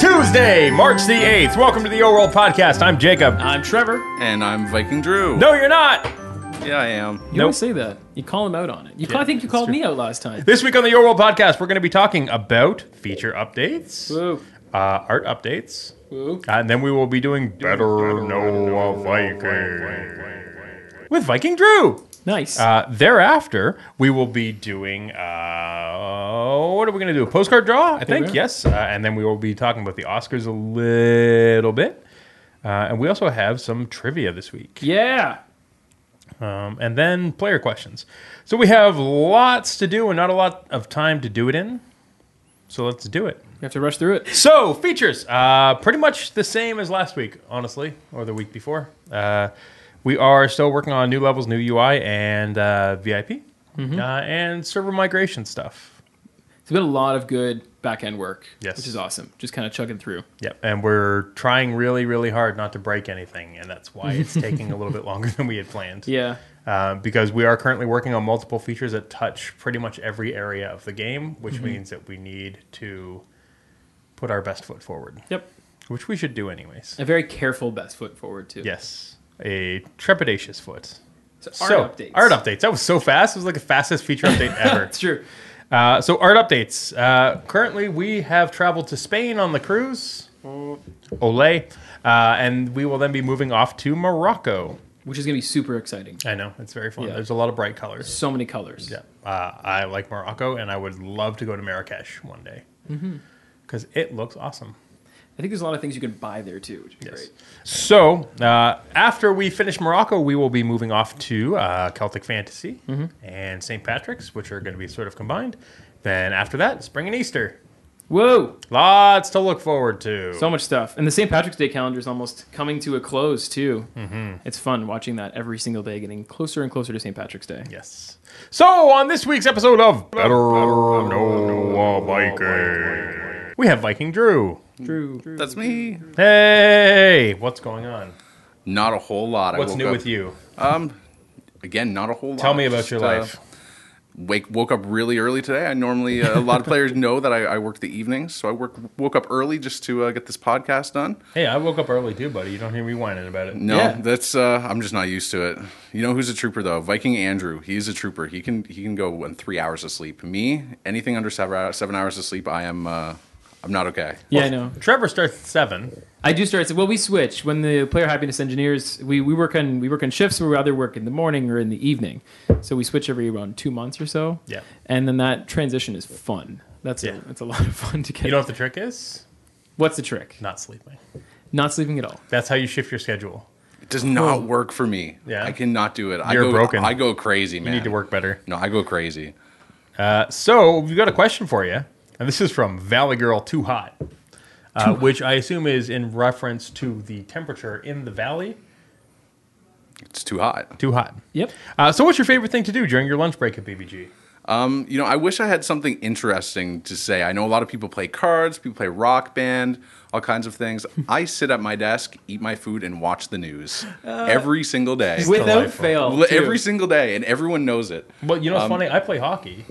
Tuesday, March the 8th. Welcome to the O World Podcast. I'm Jacob. I'm Trevor. And I'm Viking Drew. No, you're not. Yeah, I am. You Nope. always say that. You call him out on it. You ca- I think you called me out last time. This week on the Your World Podcast, we're going to be talking about feature updates, Woo. uh, art updates, Woo. and then we will be doing Better Know a Viking with Viking Drew. Nice. Uh, thereafter, we will be doing uh, what are we going to do? A postcard draw, I think. we are. Yes, uh, and then we will be talking about the Oscars a little bit, uh, and we also have some trivia this week. yeah. um, and then player questions. So we have lots to do and not a lot of time to do it in. So let's do it. You have to rush through it. So features, uh, pretty much the same as last week, honestly, or the week before. Uh, we are still working on new levels, new UI, and uh, VIP, uh, and server migration stuff. It's been a lot of good back end work. Yes. Which is awesome. Just kind of chugging through. Yep, and we're trying really, really hard not to break anything, and that's why it's taking a little bit longer than we had planned. Yeah. uh, because we are currently working on multiple features that touch pretty much every area of the game, which Mm-hmm. means that we need to put our best foot forward, Yep. which we should do anyways. A very careful best foot forward too. Yes, a trepidatious foot. So art so, updates. Art updates. That was so fast. It was like the fastest feature update ever. It's true. Uh, so art updates. Uh, currently, we have traveled to Spain on the cruise. Mm. Olay. Uh, and we will then be moving off to Morocco. Which is gonna be super exciting. I know it's very fun. Yeah. There's a lot of bright colors. So many colors. Yeah, uh, I like Morocco, and I would love to go to Marrakesh one day Mm-hmm. because it looks awesome. I think there's a lot of things you can buy there too, which is great. So uh, after we finish Morocco, we will be moving off to uh, Celtic Fantasy Mm-hmm. and St. Patrick's, which are going to be sort of combined. Then after that, Spring and Easter. Whoa. Lots to look forward to. So much stuff. And the St. Patrick's Day calendar is almost coming to a close too. Mm-hmm. It's fun watching that every single day, getting closer and closer to St. Patrick's Day. yes. So on this week's episode of Better Know a Viking, we have Viking Drew. Drew. Drew. That's me. Hey, what's going on? Not a whole lot. I What's woke new up- with you? Um, again, not a whole lot. Tell me about Just, your uh, life. wake woke up really early today. I normally uh, a lot of players know that I, I work the evenings, so I work woke up early just to uh, get this podcast done. Hey, I woke up early too, buddy. You don't hear me whining about it. No, Yeah. that's uh, I'm just not used to it. You know who's a trooper though? Viking Andrew. He's a trooper. He can he can go on three hours of sleep. Me, anything under seven hours, seven hours of sleep, I am uh, I'm not okay. Yeah, I know. Trevor starts at seven. I do start. Well, we switch when the player happiness engineers we, we work on we work on shifts where we either work in the morning or in the evening. So we switch every around two months or so. Yeah. and then that transition is fun. That's Yeah. a, that's a lot of fun to get. You know what the trick is? What's the trick? Not sleeping. Not sleeping at all. That's how you shift your schedule. It does not work for me. Yeah. I cannot do it. I You're go, broken. I go crazy, You man. need to work better. No, I go crazy. Uh, so we've got a question for you, and this is from Valley Girl Too Hot, uh, which I assume is in reference to the temperature in the valley. It's too hot. Too hot. Yep. Uh, so, what's your favorite thing to do during your lunch break at BBG? Um, you know, I wish I had something interesting to say. I know a lot of people play cards, people play rock band, all kinds of things. I sit at my desk, eat my food, and watch the news Uh, every single day. Without delightful. fail. Li- too. every single day, and everyone knows it. Well, you know, Um, what's funny. I play hockey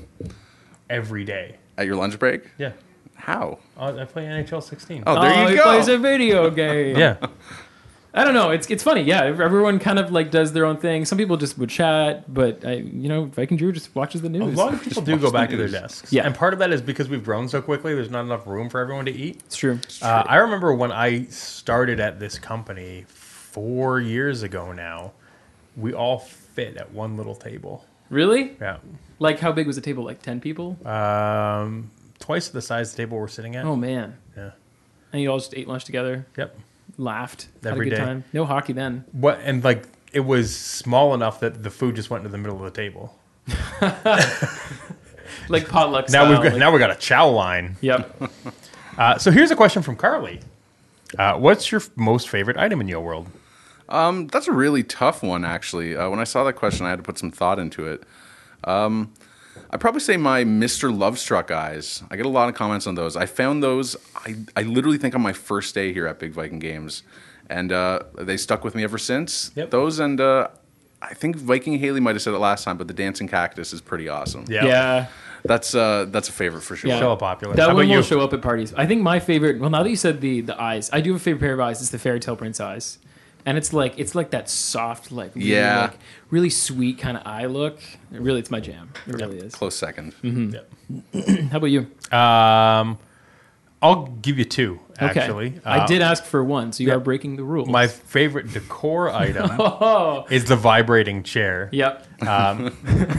every day. At your lunch break? Yeah, How? I I play NHL 16. Oh, oh, there he you go. plays a video game. yeah. I don't know. It's it's funny. Yeah, everyone kind of like does their own thing. Some people just would chat, but I you know Viking Drew just watches the A news. lot of people do watch go the back to news. their desks. Yeah. And part of that is because we've grown so quickly, there's not enough room for everyone to eat. It's true. Uh, I remember when I started at this company four years ago now, we all fit at one little table. Really? Yeah. Like how big was the table? Like ten people? Um, twice the size of the table we're sitting at. Oh man. Yeah. And you all just ate lunch together, Yep. laughed, Every had a day. good time. No hockey then. What and like it was small enough that the food just went into the middle of the table. Like potluck Now style. we've got like- now we got a chow line. Yep. Uh, so here's a question from Carly. Uh, what's your f- most favorite item in your world? Um, that's a really tough one, actually. Uh, when I saw that question, I had to put some thought into it. Um, I'd probably say my Mr. Lovestruck eyes. I get a lot of comments on those. I found those, I, I literally think on my first day here at Big Viking Games, and uh, they stuck with me ever since. Yep. Those and uh, I think Viking Haley might have said it last time, but the dancing cactus is pretty awesome. Yeah. That's uh, that's a favorite for sure. Yeah. Show up popular. That How one about will you? show up at parties. I think my favorite. Well, now that you said the the eyes, I do have a favorite pair of eyes. It's the fairy tale prince eyes, and it's like it's like that soft, like really, Yeah. like, really sweet kind of eye look. It really, it's my jam. It really is. Close 2nd Hmm. How about you? Um, I'll give you two. Okay. Actually, I Uh, did ask for one, so you yeah. are breaking the rules. My favorite decor item oh, is the vibrating chair. yep. um,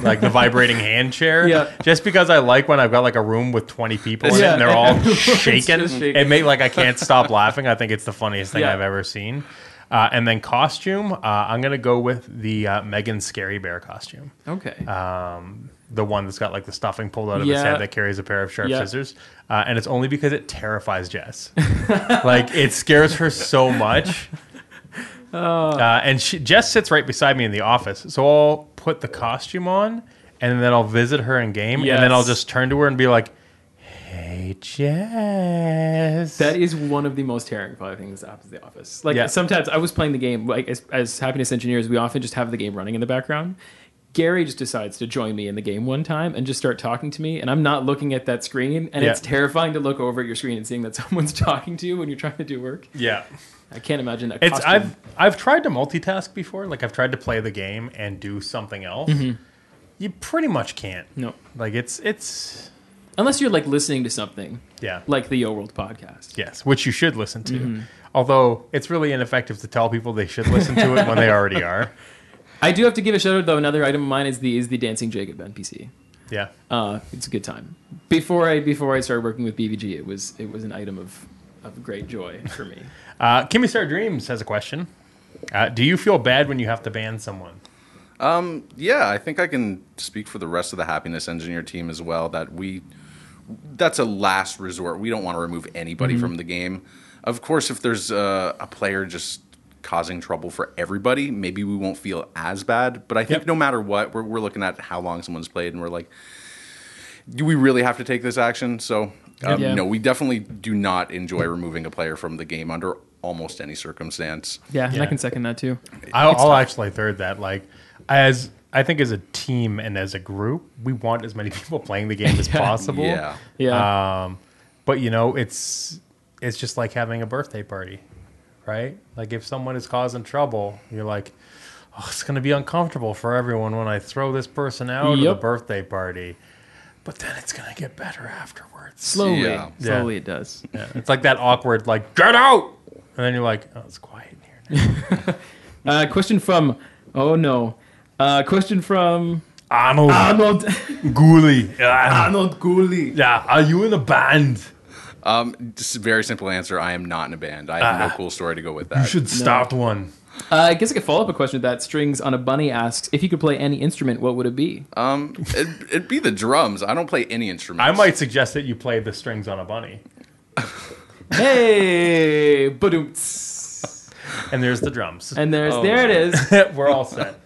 like the vibrating hand chair. Yeah. Just because I like when I've got like a room with 20 people in it Yeah. and they're all Everyone's shaking. just shaking. It made like I can't stop laughing. I think it's the funniest thing Yeah. I've ever seen. Uh, and then costume, uh, I'm gonna go with the uh, Megan Scary Bear costume, Okay. the one that's got like the stuffing pulled out of its Yeah. head that carries a pair of sharp Yeah. scissors. Uh, and it's only because it terrifies Jess. like it scares her so much. Oh. Uh, and she, Jess sits right beside me in the office, so I'll put the costume on, and then I'll visit her in game, and then I'll Yes. just turn to her and be like, "Hey, Jess." That is one of the most terrifying things that happens in the office. Like Yeah. sometimes I was playing the game, like as, as happiness engineers, we often just have the game running in the background. Gary just decides to join me in the game one time and just start talking to me, and I'm not looking at that screen, and Yeah. it's terrifying to look over at your screen and seeing that someone's talking to you when you're trying to do work. yeah. I can't imagine that. It's costume. I've I've tried to multitask before. Like I've tried to play the game and do something else. Mm-hmm. You pretty much can't. no, Like it's it's unless you're like listening to something yeah. like the Yo World podcast. Yes, which you should listen to. Mm-hmm. Although it's really ineffective to tell people they should listen to it when they already are. I do have to give a shout out though. Another item of mine is the is the Dancing Jacob NPC. Yeah. Uh, it's a good time. Before I before I started working with BVG, it was it was an item of of great joy for me. Uh, Kimmy Star Dreams has a question. Uh, do you feel bad when you have to ban someone? yeah, I think I can speak for the rest of the happiness engineer team as well that we that's a last resort. We don't want to remove anybody Mm-hmm. from the game. Of course, if there's a, a player just causing trouble for everybody, maybe we won't feel as bad. But I think Yep. no matter what, we're, we're looking at how long someone's played and we're like, do we really have to take this action? So, um, Yeah. no, we definitely do not enjoy removing a player from the game under almost any circumstance. Yeah, and Yeah. I can second that too. I'll, I'll actually third that. Like, as I think as a team and as a group, we want as many people playing the game as possible. Yeah. Yeah, Um, but you know, it's it's just like having a birthday party, right? Like if someone is causing trouble, you're like, oh, it's gonna be uncomfortable for everyone when I throw this person out of Yep. the birthday party. But then it's gonna get better afterwards. slowly, Yeah. slowly it does. Yeah, it's like that awkward, like get out, and then you're like, oh, it's quiet in here. now." Uh, question from oh no, uh, question from Arnold Arnold Uh, Gooley, yeah, Arnold Gooley. yeah, are you in a band? Um, just a very simple answer. I am not in a band. I have no cool story to go with that. Ah. You should start one. Uh, I guess I could follow up a question to that. Strings on a bunny asks if you could play any instrument, what would it be? Um, it'd, it'd be the drums. I don't play any instruments. I might suggest that you play the strings on a bunny, hey, badoots. and there's the drums. And there's there it is. We're all set.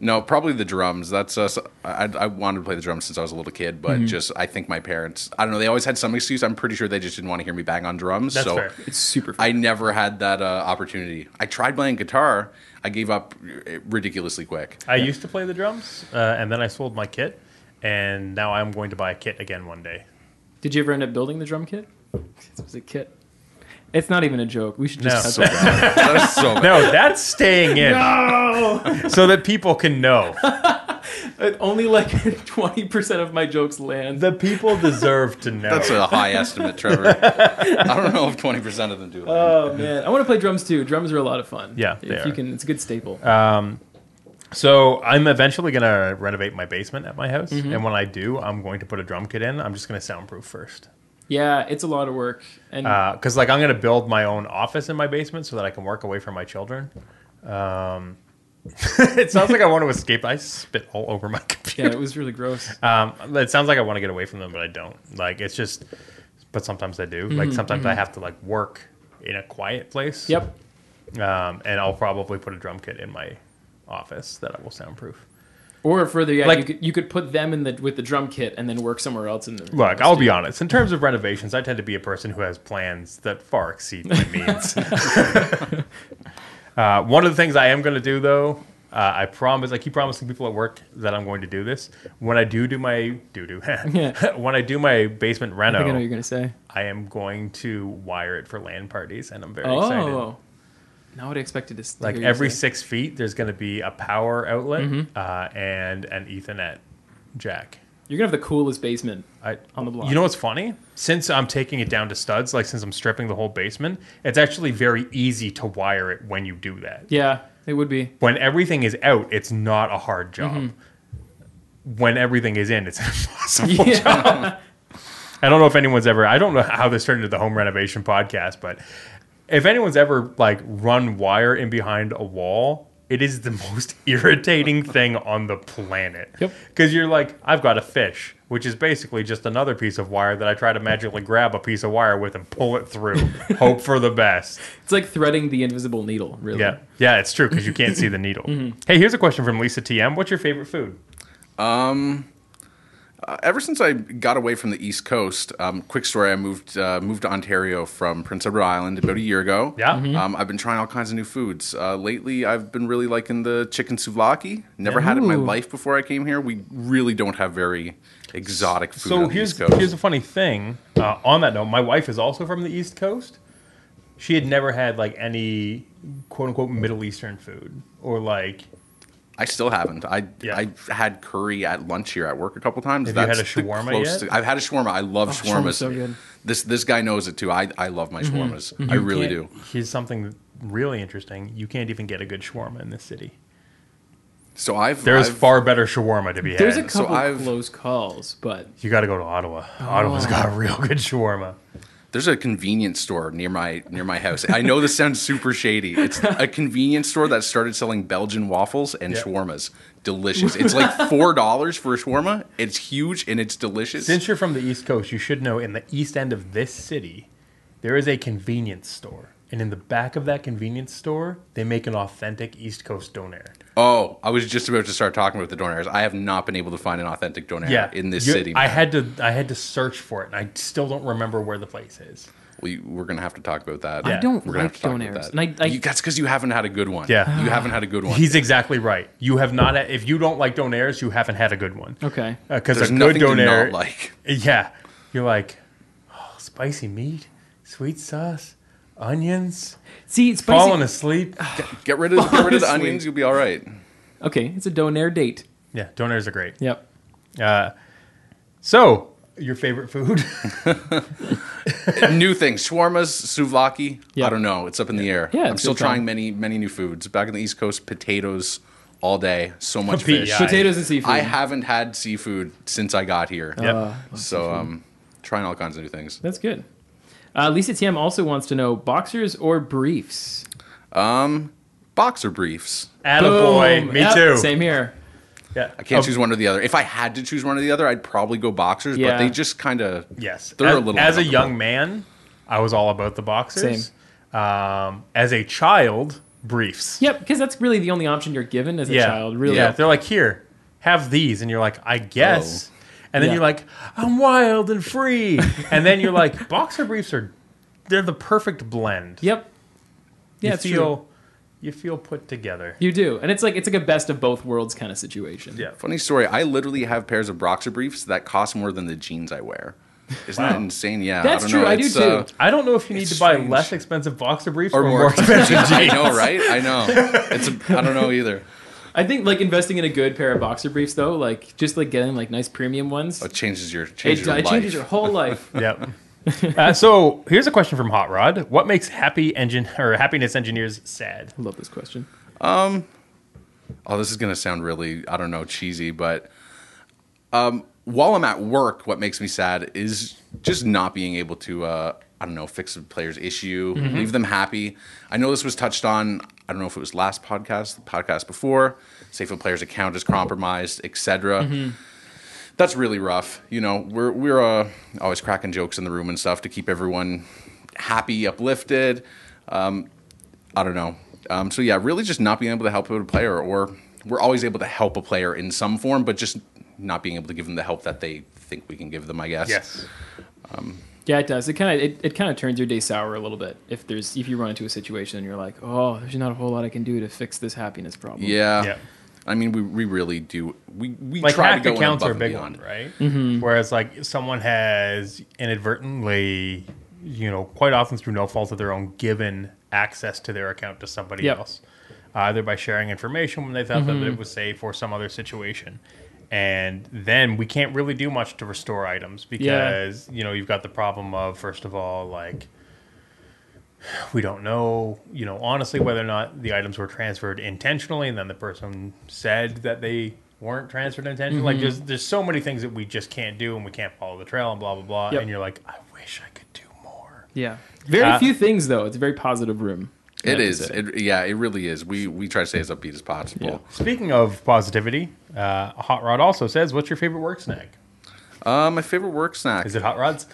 No, probably the drums. That's us. I, I wanted to play the drums since I was a little kid, but Mm-hmm. just I think my parents. I don't know. They always had some excuse. I'm pretty sure they just didn't want to hear me bang on drums. That's so fair. It's super. Fun. I never had that uh, opportunity. I tried playing guitar. I gave up uh, ridiculously quick. I used to play the drums, uh, and then I sold my kit, and now I'm going to buy a kit again one day. Did you ever end up building the drum kit? It was a kit. It's not even a joke. We should No. just So bad. that is so bad. No, that's staying in no. so that people can know. Only like twenty percent of my jokes land. The people deserve to know. That's a high estimate, Trevor. I don't know if twenty percent of them do. Uh, oh man, I want to play drums too. Drums are a lot of fun. Yeah, if they you are. Uh, can, it's a good staple. So I'm eventually going to renovate my basement at my house, Mm-hmm. and when I do, I'm going to put a drum kit in. I'm just going to soundproof first, yeah, it's a lot of work, and because like I'm going to build my own office in my basement so that I can work away from my children. Um, it sounds like I want to escape. I spit all over my computer. yeah, it was really gross. Um, it sounds like I want to get away from them, but I don't. Like it's just, but sometimes I Mm-hmm, do. Like sometimes I have to like work in a quiet place. yep. Um, and I'll probably put a drum kit in my office that I will soundproof. Or further, yeah, Like- you, could, you could put them in the with the drum kit and then work somewhere else in the Look, I'll be honest. In terms of renovations, I tend to be a person who has plans that far exceed my means. uh, one of the things I am going to do, though, Uh, I promise. I keep promising people at work that I'm going to do this. When I do do my do do, Yeah. when I do my basement I reno, think I know what you're gonna say. I am going to wire it for land parties, and I'm very Oh, excited. not what I expected to. s- to Like hear you every say. six feet, there's going to be a power outlet Mm-hmm. uh, and an Ethernet jack. you're gonna have the coolest basement. I, On the block. You know what's funny? Since I'm taking it down to studs, like since I'm stripping the whole basement, it's actually very easy to wire it when you do that. Yeah, it would be. When everything is out, it's not a hard job. When everything is in, it's an impossible Mm-hmm. Yeah. job. I don't know if anyone's ever. I don't know how this turned into the home renovation podcast, but if anyone's ever like run wire in behind a wall, it is the most irritating thing on the planet. Yep. Because you're like, I've got a fish, which is basically just another piece of wire that I try to magically grab a piece of wire with and pull it through, hope for the best. It's like threading the invisible needle. Really. Yeah, yeah, it's true because you can't see the needle. Hey, here's a question from Lisa TM. What's your favorite food? ever since I got away from the East Coast, um, quick story: I moved uh, moved to Ontario from Prince Edward Island about a year ago. Yeah. Mhm. um, I've been trying all kinds of new foods. Uh, lately, I've been really liking the chicken souvlaki. Never had it in my Ooh. life before I came here. We really don't have very exotic food. So on here's the East Coast. here's a funny thing. Uh, on that note, my wife is also from the East Coast. She had never had like any quote unquote Middle Eastern food or like I still haven't. I Yeah. I had curry at lunch here at work a couple times. Have you had a the shawarma closest- yet? Oh, I've had a shawarma. I love shawarma's shawarmas. so good. This this guy knows it too. I, I love my Mm-hmm. shawarmas. I really do. Here's something really interesting. You can't even get a good shawarma in this city. So I've There's I've- far better shawarma to be There's a had. so couple I've- close calls, but you got to go to Ottawa. Ottawa's got real good shawarma. There's a convenience store near my near my house. I know this sounds super shady. It's a convenience store that started selling Belgian waffles and Yeah. shawarmas. Delicious. It's like four dollars for a shawarma. It's huge and it's delicious. Since you're from the East Coast, you should know in the east end of this city, there is a convenience store. And in the back of that convenience store, they make an authentic East Coast donair. oh, I was just about to start talking about the donairs. I have not been able to find an authentic donair yeah, in this You- city. I man. had to I had to search for it, and I still don't remember where the place is. we, we're gonna have to talk about that. Yeah. I don't We're gonna like have to talk donairs. about And I, that. I You- that's because you haven't had a good one. Yeah. you haven't had a good one. He's exactly right. You have not. If you don't like donairs, you haven't had a good one. okay. Because There's a good nothing to donair, not like. yeah, you're like oh, spicy meat, sweet sauce, onions, See, spicy. falling asleep. Get rid of get rid of the Honestly. onions. You'll be all right. Okay, it's a donair date. yeah, donairs are great. Yep. Uh, so your favorite food? new things, shawarmas, souvlaki. Yeah. I don't know. It's up in the air. Yeah, I'm it's still good fun. trying many, many new foods. Back on the East Coast, potatoes all day. So much P- fish. yeah. Potatoes and seafood. I haven't had seafood since I got here. Uh, Yep. So um, trying all kinds of new things. That's good. Uh, Lisa TM also wants to know boxers or briefs. Boxer briefs. Attaboy. Boom. Me Yep, too. Same here. Yeah. I can't Oh, choose one or the other. If I had to choose one or the other, I'd probably go boxers. Yeah. But they just kind of Yes. They're as, a little as a uncomfortable. young man, I was all about the boxers. Um, as a child, briefs. Yep, because that's really the only option you're given as a child. Really. Yeah. They're like, here, have these. And you're like, I guess. And then Yeah. you're like, I'm wild and free. and then you're like, boxer briefs are they're the perfect blend. Yep. Yeah, you it's feel true. you feel put together. You do, and it's like it's like a best of both worlds kind of situation. Yeah. funny story. I literally have pairs of boxer briefs that cost more than the jeans I wear. Isn't that insane? Yeah, That's I don't true. Know. I do It's, too. uh, I don't know if you need It's to buy strange. less expensive boxer briefs or, or more, more expensive jeans. I know, right? I know. It's a, I don't know either. I think like investing in a good pair of boxer briefs though, like just like getting like nice premium Oh, ones, It changes your it, changes your it life. changes your whole life. Yep. uh, so here's a question from Hot Rod: What makes happy engine or happiness engineers sad? I love this question. oh, this is gonna sound really I don't know cheesy, but um, while I'm at work, what makes me sad is just not being able to uh, I don't know fix a player's issue, leave them happy. I know this was touched on. I don't know if it was last podcast, the podcast before. Say if a player's account is compromised, etc. that's really rough. You know, we're we're uh, always cracking jokes in the room and stuff to keep everyone happy, uplifted. Um, I don't know. Um, so yeah, really just not being able to help a player, or we're always able to help a player in some form, but just not being able to give them the help that they think we can give them. I guess. Yeah, it does. It kind of it, it kind of turns your day sour a little bit if there's if you run into a situation and you're like, oh, there's not a whole lot I can do to fix this happiness problem. Yeah. Yeah. I mean, we, we really do. We, we Like try half to go the in counts above are a and big beyond. one, right? Whereas like someone has inadvertently, you know, quite often through no fault of their own, given access to their account to somebody Yep. else, either by sharing information when they thought that it was safe or some other situation. And then we can't really do much to restore items because you know you've got the problem of first of all like we don't know, you know, honestly, whether or not the items were transferred intentionally, and then the person said that they weren't transferred intentionally. Like, there's there's so many things that we just can't do, and we can't follow the trail, and blah blah blah. Yep. And you're like, I wish I could do more. Yeah. Very Uh, few things though. It's a very positive room. I It have to is. say. It, yeah, it really is. We we try to stay as upbeat as possible. Yeah. Speaking of positivity, uh, Hot Rod also says, "What's your favorite work snack? Uh, my favorite work snack. Is it Hot Rods?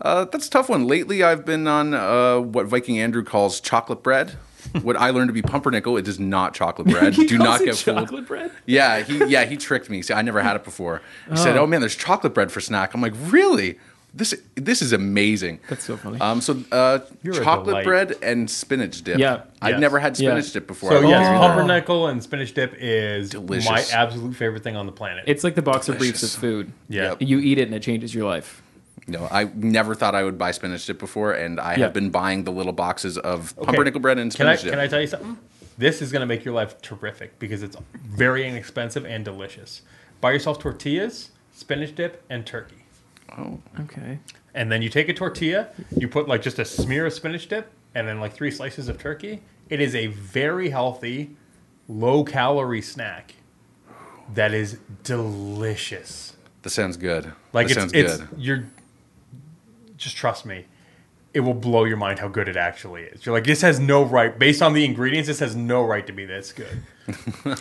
Uh, that's a tough one. Lately, I've been on uh, what Viking Andrew calls chocolate bread. what I learned to be pumpernickel. It is not chocolate bread. He Do calls not it get chocolate fooled. bread. Yeah, he yeah he tricked me. See, I never had it before. He said, "Oh man, there's chocolate bread for snack." I'm like, really? This this is amazing. That's so funny. Um, so uh, You're a chocolate delight. bread and spinach dip. Yeah. I've Yes. never had Yeah. spinach dip before. So I yes, love it. pumpernickel and spinach dip is my Delicious. absolute favorite thing on the planet. It's like the box of briefs Delicious. of food. yeah, Yep. You eat it and it changes your life. No, I never thought I would buy spinach dip before, and I Yeah. have been buying the little boxes of Okay. pumpernickel bread and Can I, spinach dip. can I tell you something? This is going to make your life terrific because it's very inexpensive and delicious. Buy yourself tortillas, spinach dip, and turkey. Okay. And then you take a tortilla, you put like just a smear of spinach dip, and then like three slices of turkey. It is a very healthy, low calorie snack that is delicious. that sounds good. Like that it's, sounds it's good. you're just trust me. It will blow your mind how good it actually is. You're like, this has no right based on the ingredients. This has no right to be this good,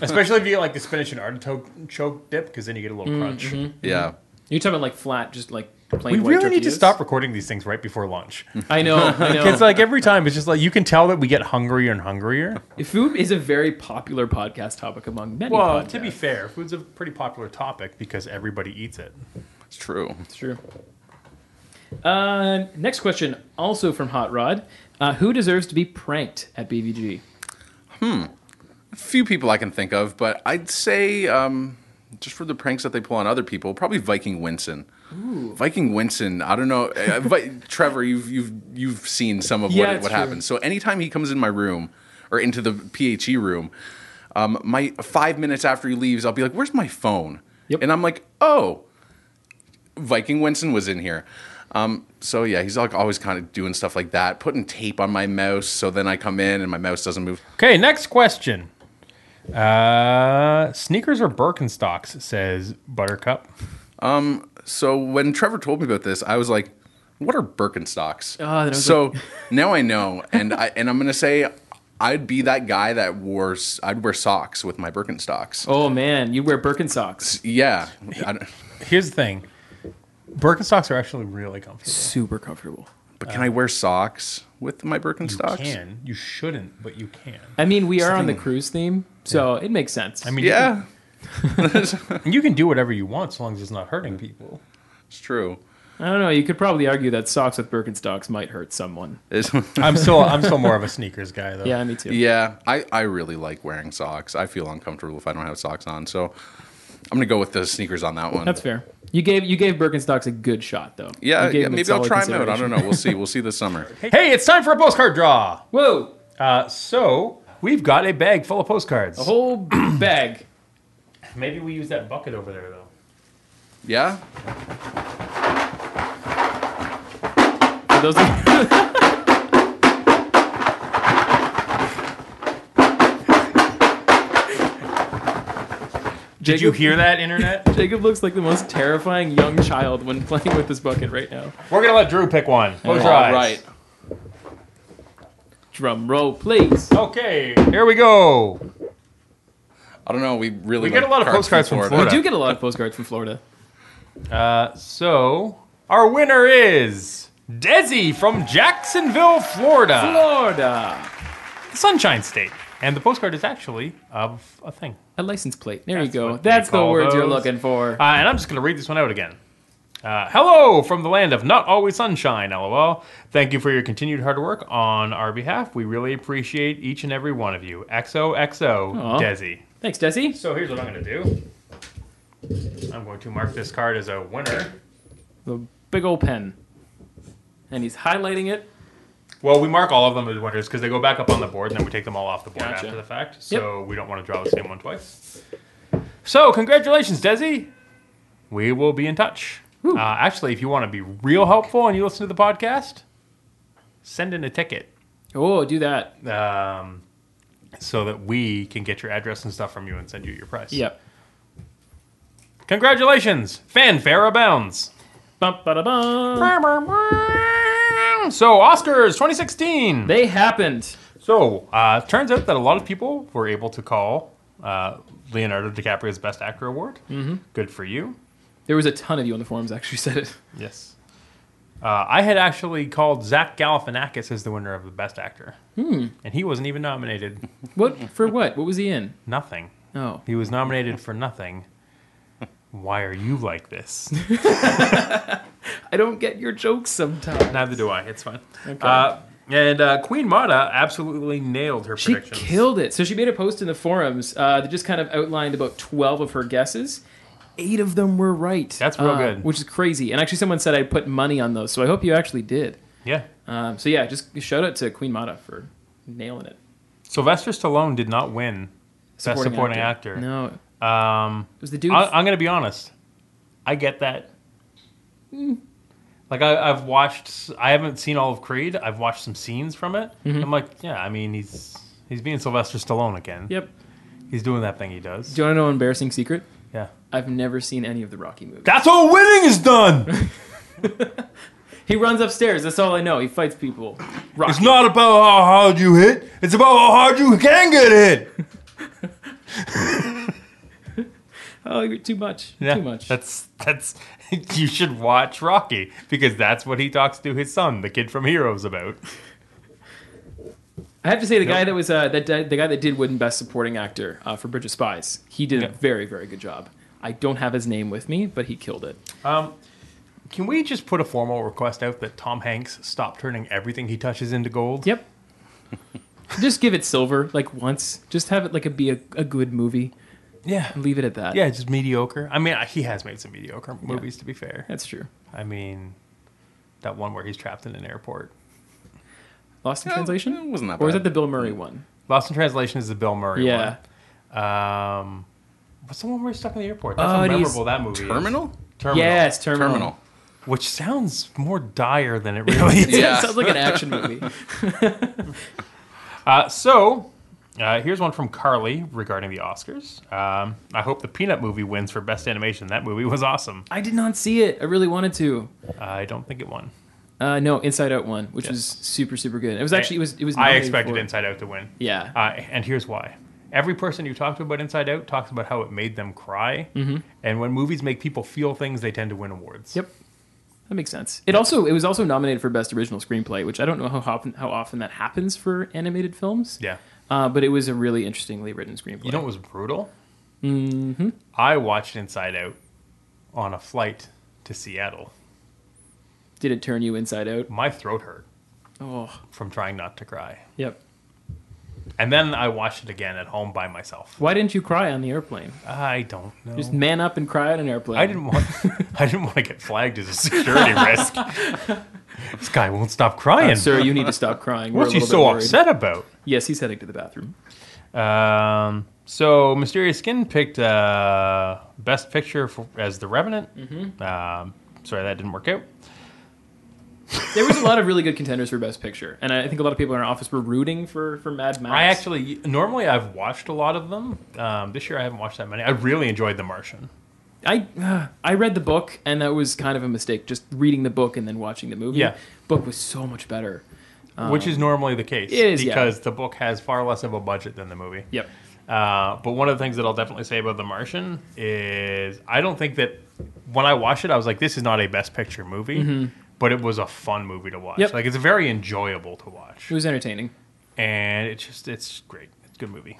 especially if you get like the spinach and artichoke choke dip, because then you get a little crunch. Yeah. You're talking about like flat, just like plain. We white really need to tortillas? stop recording these things right before lunch. I know. I know. It's like every time, it's just like you can tell that we get hungrier and hungrier. Food is a very popular podcast topic among many. Well, to podcasts. be fair, food's a pretty popular topic because everybody eats it. It's true. It's true. Uh, next question, also from Hot Rod. Uh, who deserves to be pranked at BVG? Few people I can think of, but I'd say um, just for the pranks that they pull on other people, probably Viking Winson. Viking Winson. I don't know, Uh, Vi- Trevor. You've you've you've seen some of Yeah, what it's what true. happens. So anytime he comes in my room or into the PHE room, um, my five minutes after he leaves, I'll be like, "Where's my phone?" Yep. And I'm like, "Oh, Viking Winston was in here. Um, so yeah, he's like always kind of doing stuff like that, putting tape on my mouse. So then I come in and my mouse doesn't move. Okay, next question. Uh, sneakers or Birkenstocks? Says Buttercup. So when Trevor told me about this, I was like, "What are Birkenstocks?" Oh, then I was so now I know, and I and I'm gonna say. I'd be that guy that wore s- I'd wear socks with my Birkenstocks. Oh man, you wear Birkenstocks. Yeah, I don't- Here's the thing. Birkenstocks are actually really comfortable. Super comfortable. but can I wear socks with my Birkenstocks? You can. You shouldn't, but you can. I mean, we are on the cruise theme, so it makes sense. I mean, Yeah, you can, you can do whatever you want so long as it's not hurting people. it's true. I don't know. You could probably argue that socks with Birkenstocks might hurt someone. It's- I'm still I'm still more of a sneakers guy though. Yeah, me too. Yeah, I, I really like wearing socks. I feel uncomfortable if I don't have socks on. So I'm going to go with the sneakers on that one. That's fair. You gave you gave Birkenstocks a good shot though. yeah, You gave yeah them maybe I'll solid try them out. I consideration. don't know. We'll see. We'll see this summer. Hey, it's time for a postcard draw. Whoa, Uh, so we've got a bag full of postcards. whole bag. Maybe we use that bucket over there though. Yeah? For those Did you hear that, internet? Jacob looks like the most terrifying young child when playing with this bucket right now. We're gonna let Drew pick one. Close your All eyes. right. Drum roll, please. Okay, here we go. I don't know. We really We get like a lot of postcards from Florida. We do get a lot of postcards from Florida. Uh, so our winner is Desi from Jacksonville, Florida, Florida. Sunshine State. And the postcard is actually of a thing. A license plate. There That's you go. what they That's the call words you're those. looking for. Uh, and I'm just going to read this one out again. Uh, hello from the land of not always sunshine, lol. Thank you for your continued hard work on our behalf. We really appreciate each and every one of you. XOXO, Aw. Desi. Thanks, Desi. So here's what I'm going to do I'm going to mark this card as a winner. The big old pen. And he's highlighting it. Well, we mark all of them as winners because they go back up on the board and then we take them all off the board Gotcha. after the fact. So we don't want to draw the same one twice. So, congratulations, Desi. We will be in touch. Uh, actually, if you want to be real helpful and you listen to the podcast, send in a ticket Oh, do that. um, so that we can get your address and stuff from you and send you your price. Yep. Congratulations! Fanfare abounds. Bum, ba, da, bum. So, Oscars 2016. They happened. So, uh, turns out that a lot of people were able to call uh, Leonardo DiCaprio's Best Actor Award. Mm-hmm. Good for you. There was a ton of you on the forums that actually said it. Yes. Uh, I had actually called Zach Galifianakis as the winner of the Best Actor, and he wasn't even nominated. What for? What? What was he in? Nothing. Oh, He was nominated for nothing. Why are you like this? I don't get your jokes sometimes. Neither do I. It's fine. Uh, and uh, Queen Mata absolutely nailed her She predictions. killed it. So she made a post in the forums uh, that just kind of outlined about 12 of her guesses. Eight of them were right. That's real uh, good. Which is crazy. And actually, someone said I put money on those, so I hope you actually did. Yeah. Um, so yeah, just shout out to Queen Mata for nailing it. Sylvester Stallone did not win Best Supporting Actor. No, it Um, was the dude. I, I'm gonna be honest. I get that. Like I, I've watched, I haven't seen all of Creed. I've watched some scenes from it. I'm like, yeah. I mean, he's he's being Sylvester Stallone again. yep. He's doing that thing he does. Do you want to know an embarrassing secret? yeah. I've never seen any of the Rocky movies. That's how winning is done. He runs upstairs. That's all I know. He fights people. Rocky. it's not about how hard you hit. It's about how hard you can get hit. oh, you're too much. too much. That's that's. You should watch Rocky because that's what he talks to his son, the kid from Heroes, about. I have to say the guy Nope. that was uh, that di- the guy that did win Best Supporting Actor uh, for Bridge of Spies. He did a Yeah. very very good job. I don't have his name with me, but he killed it. Um, can we just put a formal request out that Tom Hanks stop turning everything he touches into gold? Yep. just give it silver like once. Just have it like a be a, a good movie. Yeah. Leave it at that. Yeah, just mediocre. I mean, he has made some mediocre movies, to be fair. that's true. I mean, that one where he's trapped in an airport. Lost in Yeah, Translation. it wasn't that Or was bad. that the Bill Murray one? Lost in Translation is the Bill Murray yeah. one. Um, what's the one where he's stuck in the airport? That's Oh, how it is- memorable that movie is. Terminal? Terminal. Yes. Terminal. Terminal. Which sounds more dire than it really is. Yeah. sounds like an action movie. Uh, so, uh, here's one from Carly regarding the Oscars. Um, I hope the Peanut movie wins for Best Animation. That movie was awesome. I did not see it. I really wanted to. I don't think it won. Uh, no, Inside Out one, which Yes. was super super good. It was actually it was it was. I nominated expected for- Inside Out to win. Yeah. Uh, and here's why. Every person you talk to about Inside Out talks about how it made them cry. And when movies make people feel things, they tend to win awards. Mm-hmm. Yep. That makes sense. It also it was also nominated for best original screenplay, which I don't know how often how often that happens for animated films. Yeah. Uh, but it was a really interestingly written screenplay. You know what was brutal? Mm-hmm. I watched Inside Out on a flight to Seattle. Did it turn you inside out? My throat hurt Oh, from trying not to cry. yep. And then I watched it again at home by myself. Why didn't you cry on the airplane? I don't know. Just man up and cry on an airplane. I didn't want. I didn't want to get flagged as a security risk. This guy won't stop crying. Sir, you need to stop crying. We're What's a he little so bit worried. upset about? Yes, he's heading to the bathroom. Um, so Mysterious Skin picked uh, Best Picture for, as The Revenant. Mm-hmm. Um, sorry, that didn't work out. There was a lot of really good contenders for best picture, and I think a lot of people in our office were rooting for for Mad Max. I actually normally I've watched a lot of them. Um, this year I haven't watched that many. I really enjoyed The Martian. I uh, I read the book and that was kind of a mistake. Just reading the book and then watching the movie. Yeah. book was so much better. which is normally the case Uh, it is, yeah. because the book has far less of a budget than the movie. Yep. Uh, but one of the things that I'll definitely say about The Martian is I don't think that when I watched it, I was like, this is not a best picture movie, but it was a fun movie to watch. Mm-hmm. Yep. Like, it's very enjoyable to watch. It was entertaining. And it's just, it's great. It's good movie.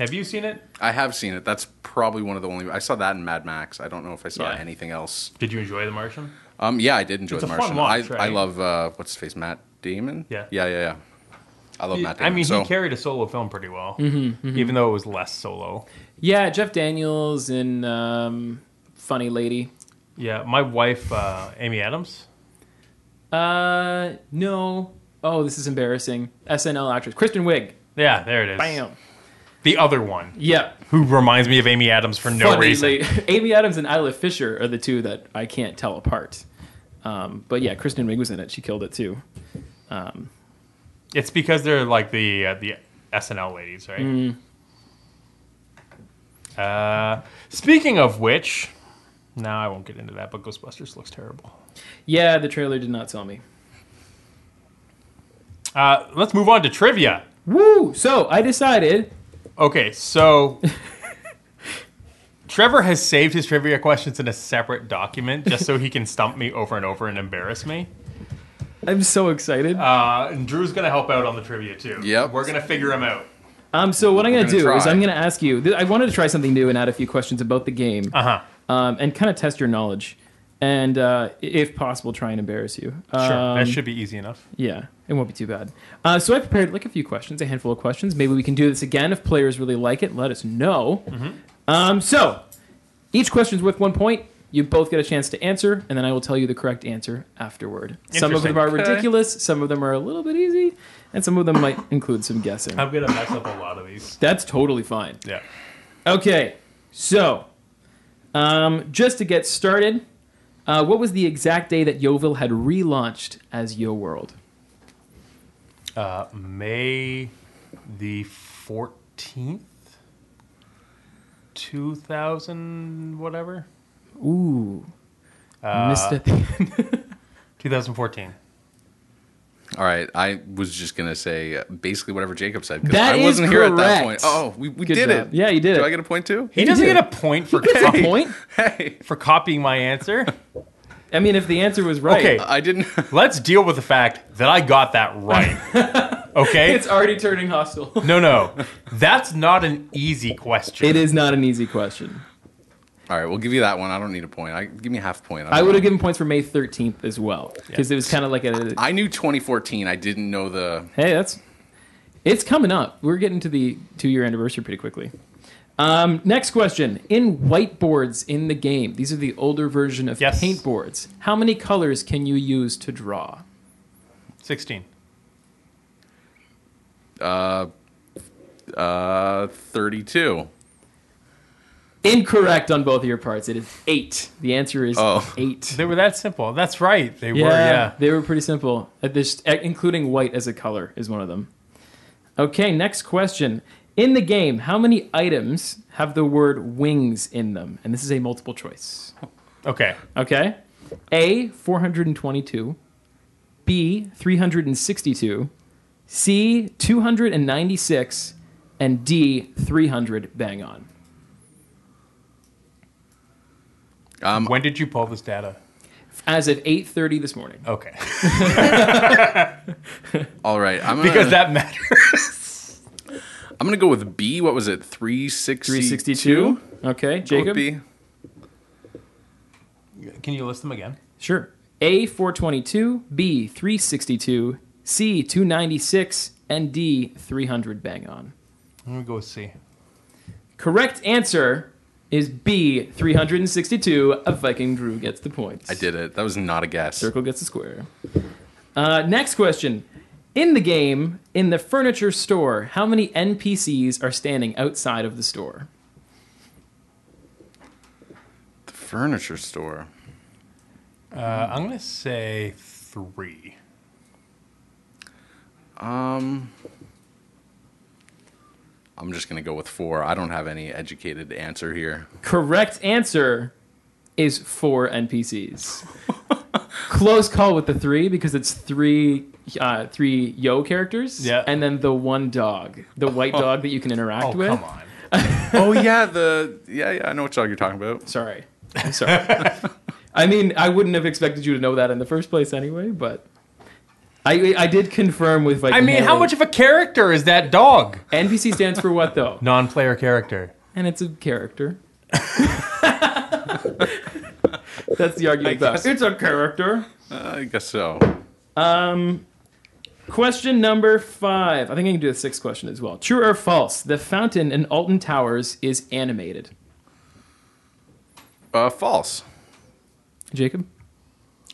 Have you seen it? I have seen it. That's probably one of the only. I saw that in Mad Max. I don't know if I saw Yeah. anything else. Did you enjoy The Martian? Um, yeah, I did enjoy It's The a fun Martian. watch, I, I right? love uh, what's his face, Matt Damon. Yeah. yeah, yeah, yeah. I love Matt I Damon. mean, so, he carried a solo film pretty well, Mm-hmm, even though it was less solo. Yeah, Jeff Daniels in um, Funny Lady. Yeah, my wife, uh, Amy Adams. Uh, no. Oh, this is embarrassing. SNL actress Kristen Wiig. Yeah, there it is. Bam. The other one, Yeah. who reminds me of Amy Adams for no Funny reason. Lady. Amy Adams and Isla Fisher are the two that I can't tell apart. Um, but yeah, Kristen Wiig was in it. She killed it too. It's because they're like the uh, the SNL ladies, right? Uh, speaking of which, no, I won't get into that. But Ghostbusters looks terrible. Yeah, the trailer did not sell me. Uh, let's move on to trivia. Woo! So I decided. Okay, so Trevor has saved his trivia questions in a separate document just so he can stump me over and over and embarrass me. I'm so excited. Uh, and Drew's gonna help out on the trivia too. Yep. we're gonna figure him out. Um, so what I'm gonna, gonna do is try. I'm gonna ask you. Th- I wanted to try something new and add a few questions about the game, Uh huh. um, and kind of test your knowledge, and uh, i- if possible, try and embarrass you. Sure, Um, that should be easy enough. Yeah, it won't be too bad. Uh, so I prepared like a few questions, a handful of questions. Maybe we can do this again if players really like it. Let us know. Mm-hmm. Um, so each question's worth one point. You both get a chance to answer, and then I will tell you the correct answer afterward. Some of Interesting. them are Okay. ridiculous, some of them are a little bit easy, and some of them might include some guessing. I'm gonna mess up a lot of these. That's totally fine. Yeah. Okay, so um, just to get started, uh, what was the exact day that Yeovil had relaunched as Yo World? Uh, May the fourteenth, two thousand whatever, Ooh, Uh, missed it. two thousand fourteen. all right, I was just gonna say uh, basically whatever Jacob said. 'cause That I is wasn't here at correct. that point. Oh, we, we Good did job. it. Yeah, you did Do it. I get a point too? He You doesn't do. get a point for That's a copy- point. Hey, for copying my answer. I mean, if the answer was right, Okay. I didn't. Let's deal with the fact that I got that right. Okay? it's already turning hostile. no, no. That's not an easy question. It is not an easy question. all right, we'll give you that one. I don't need a point. I give me half point. I don't would have know. given points for May 13th as well because it was kind of like a I knew 2014. I didn't know the. hey, that's it's coming up. We're getting to the two year anniversary pretty quickly. Um, next question. In whiteboards in the game, these are the older version of Yes. paint boards. How many colors can you use to draw? 16. Uh, 32. Incorrect on both of your parts. It is eight. The answer is Oh. eight. They were that simple. That's right. They Yeah, were, yeah. they were pretty simple. At this, at- including white as a color is one of them. Okay, next question. In the game, how many items have the word wings in them? And this is a multiple choice. Okay. Okay. A, 422. B, 362. C, 296. And D, 300. Bang on. Um, When did you pull this data? As of 8.30 this morning. Okay. all right. I'm gonna, because that matters. I'm gonna go with B. What was it? 362. 362. Okay, Go with Jacob? B. Can you list them again? Sure. A 422, B 362, C 296, and D 300 bang on. I'm going to go with C. Correct answer is B 362. A Viking Drew gets the points. I did it. That was not a guess. Circle gets a square. Uh, next question. In the game, in the furniture store, how many NPCs are standing outside of the store? The furniture store. Uh, I'm going to say three. Um, I'm just gonna go with four. I don't have any educated answer here. Correct answer is four NPCs. Close call with the three because it's three uh, three yo characters, Yeah. and then the one dog, the white dog that you can interact Oh, with. come on. oh yeah, the yeah yeah. I know what dog you're talking about. Sorry, I'm sorry. I mean, I wouldn't have expected you to know that in the first place anyway, but I, I did confirm with like. I mean, how much of a character is that dog? NPC stands for what though? Non-player character. And it's a character. That's the argument. back. It's a character. Uh, I guess so. Question number five. I think I can do the sixth question as well. True or false? The fountain in Alton Towers is animated. Uh, false. Jacob.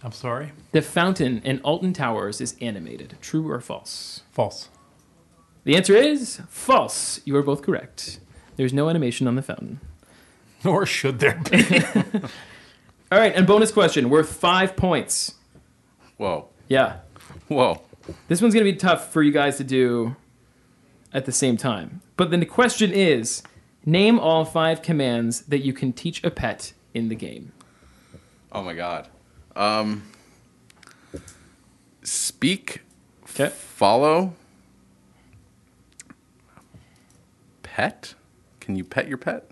I'm sorry. The fountain in Alton Towers is animated. True or false? False. The answer is false. You are both correct. There's no animation on the fountain. Nor should there be. All right, and bonus question worth five points. Whoa. Yeah. Whoa. This one's going to be tough for you guys to do at the same time. But then the question is name all five commands that you can teach a pet in the game. Oh my god. Um, speak, Okay. follow, pet. Can you pet your pet?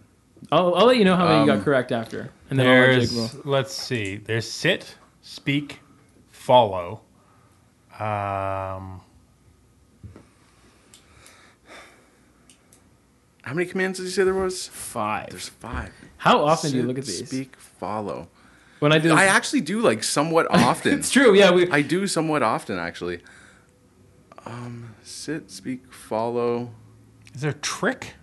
I'll, I'll let you know how many you got Um, correct after. And then I'll let Jake roll. There's. Let's see. There's sit, speak, follow. Um, How many commands did you say there was? Five. There's five. How often do you Sit, look at these? Speak, follow. When I do this, I actually do like somewhat often. it's true. Yeah, we, I do somewhat often actually. Um, sit, speak, follow. is there a trick?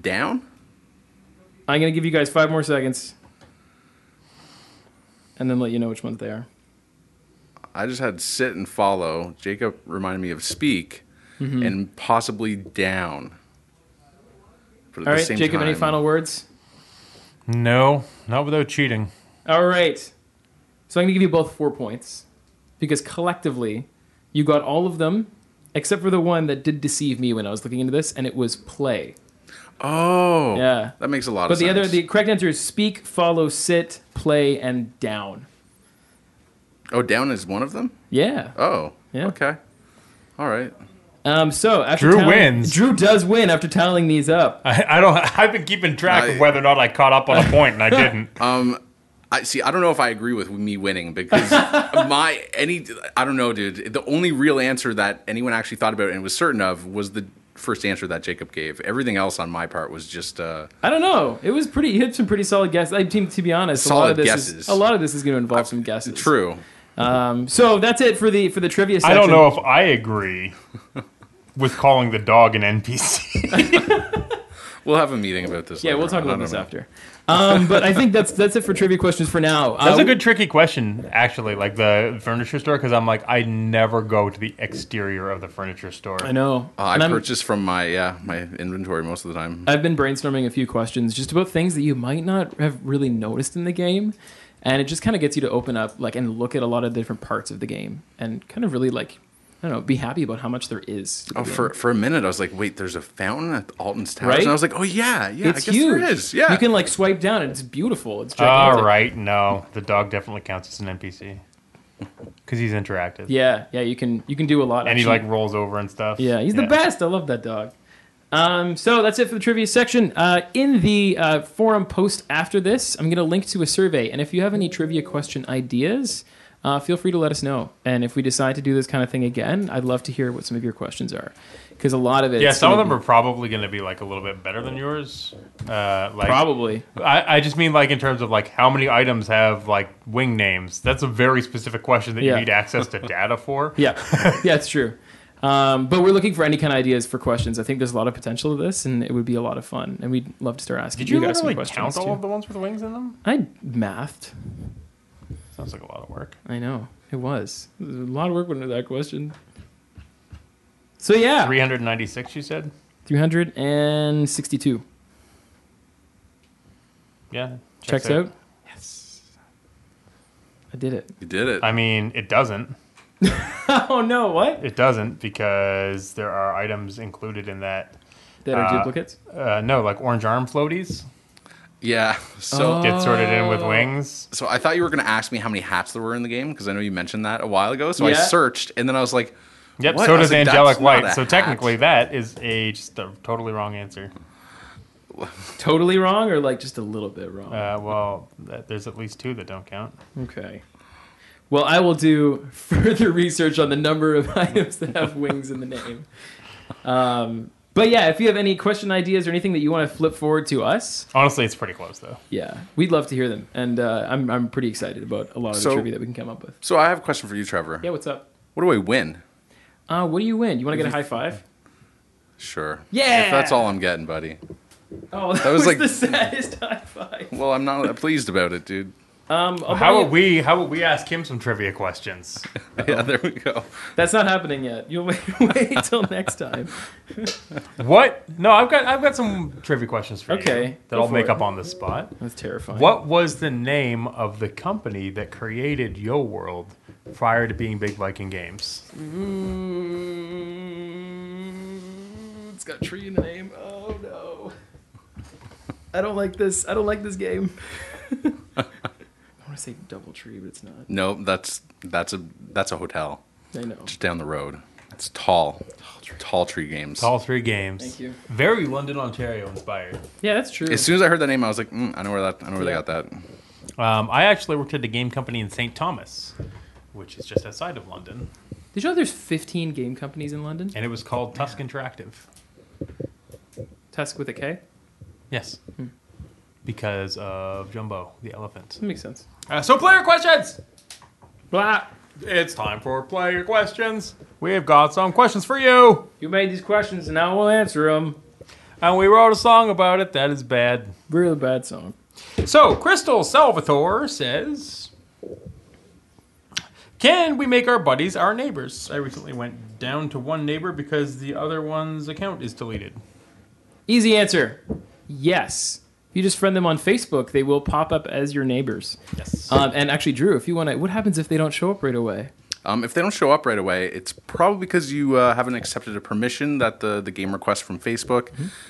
Down? I'm going to give you guys five more seconds and then let you know which ones they are. I just had sit and follow. Jacob reminded me of speak Mm-hmm. and possibly down. But at All the right, same Jacob, any time- final words? No, not without cheating. All right. So I'm going to give you both four points because collectively you got all of them except for the one that did deceive me when I was looking into this, and it was play. Oh. Yeah. That makes a lot But of the sense. other, the correct answer is speak, follow, sit, play, and down. Oh, down is one of them? Yeah. Oh. Yeah. Okay. All right. Um, so after Drew tally- wins. Drew does win after tallying these up. I, I don't. I've been keeping track I- of whether or not I caught up on a point, and I didn't. I see. I don't know if I agree with me winning because my any. I don't know, dude. The only real answer that anyone actually thought about and was certain of was the first answer that Jacob gave. Everything else on my part was just. Uh, I don't know. It was pretty. He had some pretty solid guesses. I mean, to be honest, a lot of Solid this is guesses. a lot of this is going to involve some guesses. True. Um, so that's it for the for the trivia. I Section. don't know if I agree with calling the dog an NPC. We'll have a meeting about this. Yeah, later we'll talk on. about I don't this know. after. Um, but I think that's that's it for trivia questions for now. That's Uh, a good tricky question, actually. Like the furniture store, because I'm like, I never go to the exterior of the furniture store. I know. Uh, I and I'm, Uh, purchase from my yeah my inventory most of the time. I've been brainstorming a few questions just about things that you might not have really noticed in the game, and it just kind of gets you to open up like and look at a lot of different parts of the game and kind of really like I don't know, be happy about how much there is. to the Oh, game. for for a minute, I was like, wait, there's a fountain at Alton's Towers, Right? and I was like, oh yeah, yeah, it's I guess huge. there is. Yeah, you can like swipe down and it's beautiful. It's gigantic. All right, no, the dog definitely counts as an NPC because he's interactive Yeah, yeah, you can you can do a lot. and he actually. like rolls over and stuff. Yeah, he's the best. I love that dog. Um, so that's it for the trivia section. Uh, in the uh, forum post after this, I'm going to link to a survey. And if you have any trivia question ideas, uh, feel free to let us know. And if we decide to do this kind of thing again, I'd love to hear what some of your questions are. Because a lot of it. Yeah, some of them are probably going to be like a little bit better than yours. Uh, like, Probably. I, I just mean like in terms of like how many items have like wing names. That's a very specific question that Yeah. you need access to data for. Yeah, yeah, it's true. Um, but we're looking for any kind of ideas for questions. I think there's a lot of potential to this, and it would be a lot of fun. And we'd love to start asking Did you, guys some literally questions count all too. of the ones with wings in them? I mathed. Sounds like a lot of work. I know it was. It was a lot of work went into that question. So yeah, 396, you said? three hundred and sixty-two Yeah. checks, out. Yes, I did it. you did it. I mean, it doesn't. Oh no, what? It doesn't because there are items included in that. That are Uh, duplicates. Uh, no, like orange arm floaties yeah. Oh. So get sorted in with wings. so I thought you were gonna ask me how many hats there were in the game because I know you mentioned that a while ago. So I Yeah. searched, and then I was like, Yep, what? I Oh, so was does like, angelic that's not white. a So hat. technically, that is a just a totally wrong answer. Totally wrong or like just a little bit wrong? Uh, well, th- there's at least two that don't count. okay. Well, I will do further research on the number of items that have wings in the name. Um, but yeah, if you have any question ideas or anything that you want to flip forward to us, Honestly, it's pretty close though. yeah, we'd love to hear them. And uh, I'm, I'm pretty excited about a lot of So- the trivia that we can come up with. So I have a question for you, Trevor. Yeah, what's up? What do I win? Uh, what do you win? You want to get a high five? Sure. Yeah! If that's all I'm getting, buddy. Oh, that, was was, like- the saddest high five. Well, I'm not pleased about it, dude. Um, I'll buy How you- about we? How about we ask him some trivia questions? Yeah, there we go. That's not happening yet. You'll wait, wait till next time. What? No, I've got I've got some trivia questions for you. Okay, that go I'll for make it. up on the spot. That's terrifying. What was the name of the company that created Yo World prior to being Big Viking Games? Mm, it's got tree in the name. Oh no. I don't like this. I don't like this game. I want to say double tree, but it's not. No, that's that's a that's a hotel I know. just down the road. It's tall, tall tree games. All three games. Thank you. Very London, Ontario inspired. Yeah, that's true. As soon as I heard that name, I was like, mm, I know where that I know where Yeah. they got that. Um, I actually worked at a game company in St. Thomas, which is just outside of London, Did you know there's 15 game companies in London? and it was called Tusk Interactive. Tusk with a K. Yes. Hmm. Because of Jumbo, the elephant. That makes sense. Uh, so, player questions! Blah. It's time for player questions. We have got some questions for you. You made these questions, and I will answer them. And we wrote a song about it that is bad. Really bad song. So, Crystal Salvatore says, "Can we make our buddies our neighbors?" I recently went down to one neighbor because the other one's account is deleted. Easy answer. Yes. If you just friend them on Facebook, they will pop up as your neighbors. Yes. Uh, Um, and actually, Drew, if you want to, what happens if they don't show up right away? Um, if they don't show up right away, it's probably because you uh, haven't accepted a permission that the the game requests from Facebook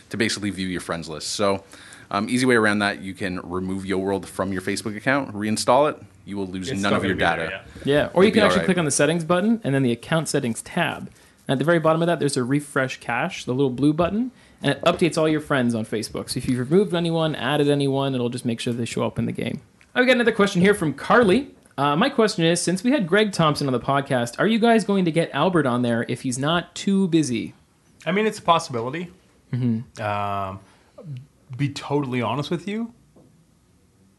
to basically view your friends list. So, um, easy way around that, you can remove Yo World from your Facebook account, reinstall it. You will lose It's none still of your gonna be there, data. Yeah. Or you It'd be can actually alright. click on the settings button and then the account settings tab. And at the very bottom of that, there's a refresh cache, the little blue button, and it updates all your friends on Facebook. So if you've removed anyone, added anyone, it'll just make sure they show up in the game. I've got another question here from Carly. Uh, my question is since we had Greg Thompson on the podcast, are you guys going to get Albert on there if he's not too busy? I mean, it's a possibility. Mm-hmm. Um, be totally honest with you.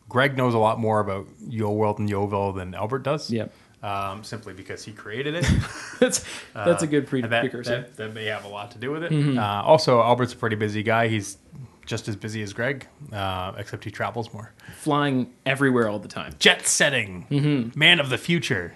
Greg knows a lot more about Yo World and Yoville than Albert does. Yep. Um, simply because he created it. that's that's a good pre- And that, precursor. That, that may have a lot to do with it. Mm-hmm. Uh, also, Albert's a pretty busy guy. He's just as busy as Greg, uh, except he travels more. Flying everywhere all the time. Jet setting, Mm-hmm. man of the future.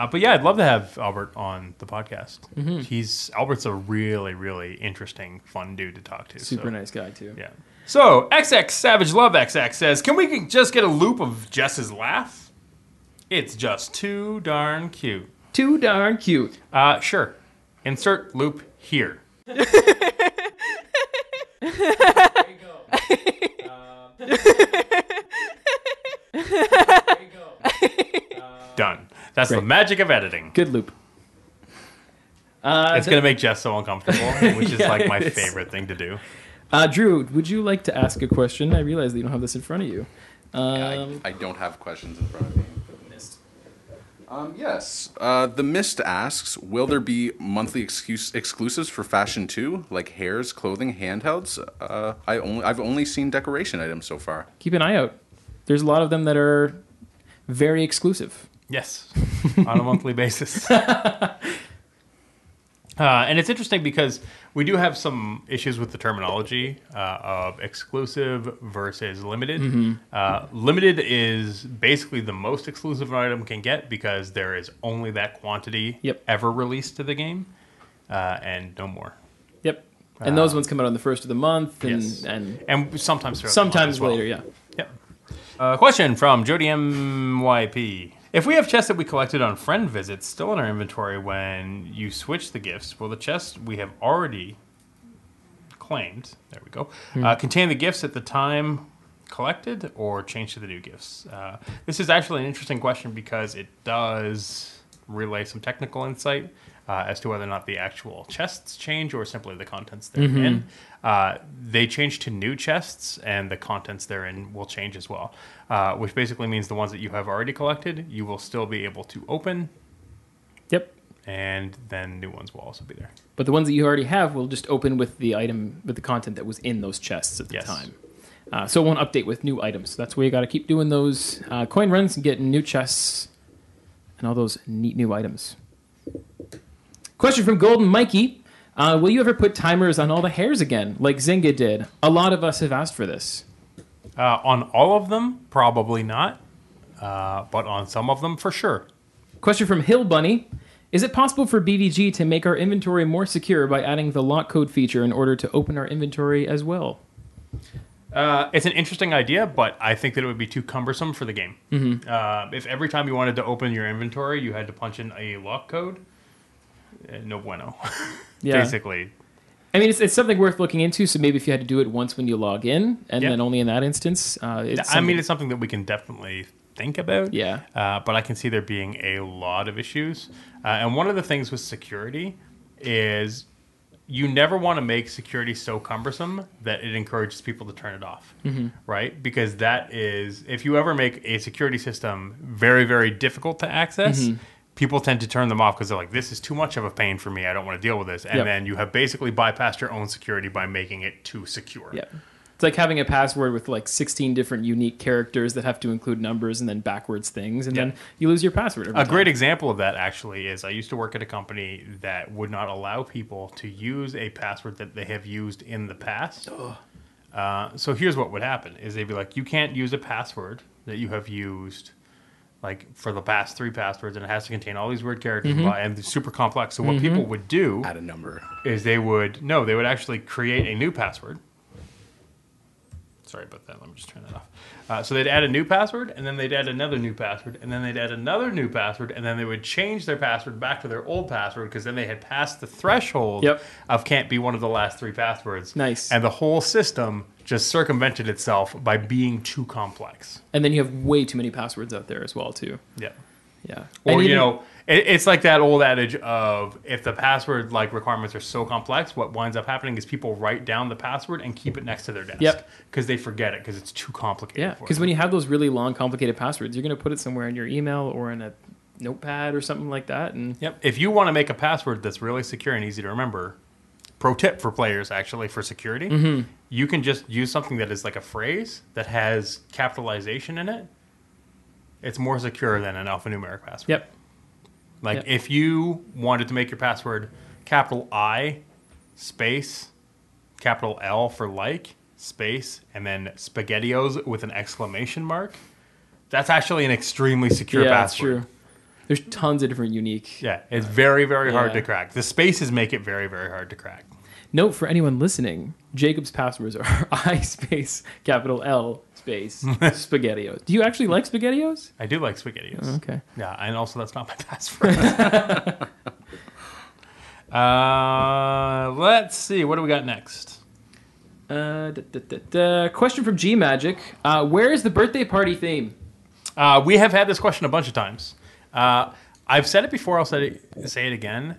Uh, but yeah, I'd love to have Albert on the podcast. Mm-hmm. He's Albert's a really, really interesting, fun dude to talk to. Super so, nice guy too. Yeah. So XX Savage Love XX says, "Can we just get a loop of Jess's laugh? It's just too darn cute." Too darn cute. Uh, sure. Insert loop here. Done. That's the Great. magic of editing. Good loop. Uh, It's going to make Jess so uncomfortable, which is Yeah, like my it is. favorite thing to do. uh, Drew, would you like to ask a question? I realize that you don't have this in front of you. Um, I, I don't have questions in front of me. Um, yes. Uh, the Mist asks, will there be monthly excuse, exclusives for fashion too, like hairs, clothing, handhelds? Uh, I only I've only seen decoration items so far. keep an eye out. There's a lot of them that are very exclusive. Yes, on a monthly basis. Uh, and it's interesting because we do have some issues with the terminology uh, of exclusive versus limited. Mm-hmm. Uh, limited is basically the most exclusive an item can get because there is only that quantity Yep. ever released to the game uh, and no more. Yep. And those ones come out on the first of the month, and, Uh, Yes. and And sometimes throughout the month sometimes as well. later. Yeah. Yep. Uh, question from Jody MYP. If we have chests that we collected on friend visits still in our inventory when you switch the gifts, will the chests we have already claimed, there we go, uh, contain the gifts at the time collected or change to the new gifts? Uh, this is actually an interesting question because it does relay some technical insight. uh, as to whether or not the actual chests change or simply the contents they're in. Uh, they change to new chests, and the contents therein will change as well, uh, which basically means the ones that you have already collected, you will still be able to open, Yep. and then new ones will also be there. But the ones that you already have will just open with the item with the content that was in those chests at the Yes. time. Uh, so it won't update with new items. So that's why you got to keep doing those uh, coin runs and getting new chests and all those neat new items. Question from Golden Mikey: uh, Will you ever put timers on all the hairs again, like Zynga did? A lot of us have asked for this. Uh, on all of them, probably not, uh, but on some of them, for sure. Question from Hill Bunny. Is it possible for BDG to make our inventory more secure by adding the lock code feature in order to open our inventory as well? Uh, it's an interesting idea, but I think that it would be too cumbersome for the game. Mm-hmm. Uh, if every time you wanted to open your inventory, you had to punch in a lock code, eh, no bueno. Yeah. Basically, I mean, it's, it's something worth looking into. So maybe if you had to do it once when you log in, and Yeah. then only in that instance, uh, I it's mean, something- it's something that we can definitely think about. Yeah. Uh, but I can see there being a lot of issues. Uh, and one of the things with security is you never want to make security so cumbersome that it encourages people to turn it off, Mm-hmm. right? Because that is, if you ever make a security system very, very difficult to access, Mm-hmm. people tend to turn them off because they're like, this is too much of a pain for me. I don't want to deal with this. And Yep. then you have basically bypassed your own security by making it too secure. yeah, it's like having a password with like sixteen different unique characters that have to include numbers and then backwards things, and Yeah. then you lose your password. Every A time. great example of that actually is I used to work at a company that would not allow people to use a password that they have used in the past. Uh, so here's what would happen is they'd be like, you can't use a password that you have used like for the past three passwords and it has to contain all these weird characters and blah, and it's super complex. So what people would do Add a number. is they would no, they would actually create a new password. Sorry about that. Let me just turn that off. Uh, so they'd add a new password, and then they'd add another new password, and then they'd add another new password, and then they would change their password back to their old password because then they had passed the threshold Yep. of can't be one of the last three passwords. Nice. And the whole system just circumvented itself by being too complex. and then you have way too many passwords out there as well too. Yeah. Yeah, Or And you even- know, it, it's like that old adage of if the password like requirements are so complex, what winds up happening is people write down the password and keep it next to their desk Yep. because they forget it because it's too complicated. yeah, because when you have those really long, complicated passwords, you're going to put it somewhere in your email or in a notepad or something like that, and yep, if you want to make a password that's really secure and easy to remember, pro tip for players actually for security, Mm-hmm. you can just use something that is like a phrase that has capitalization in it. It's more secure than an alphanumeric password. yep, Like Yep. if you wanted to make your password capital I space capital L for like space and then spaghettios with an exclamation mark, that's actually an extremely secure yeah, that's password. true. There's tons of different unique Yeah, it's very very hard Yeah. to crack. The spaces make it very very hard to crack. Note for anyone listening: Jacob's passwords are I space capital L space Spaghettios. Do you actually like Spaghettios? I do like spaghettios. Okay. Yeah, and also that's not my password. uh, let's see. What do we got next? Uh, da, da, da, da. Question from G Magic: uh, Where is the birthday party theme? Uh, we have had this question a bunch of times. Uh, I've said it before. I'll say it, say it again.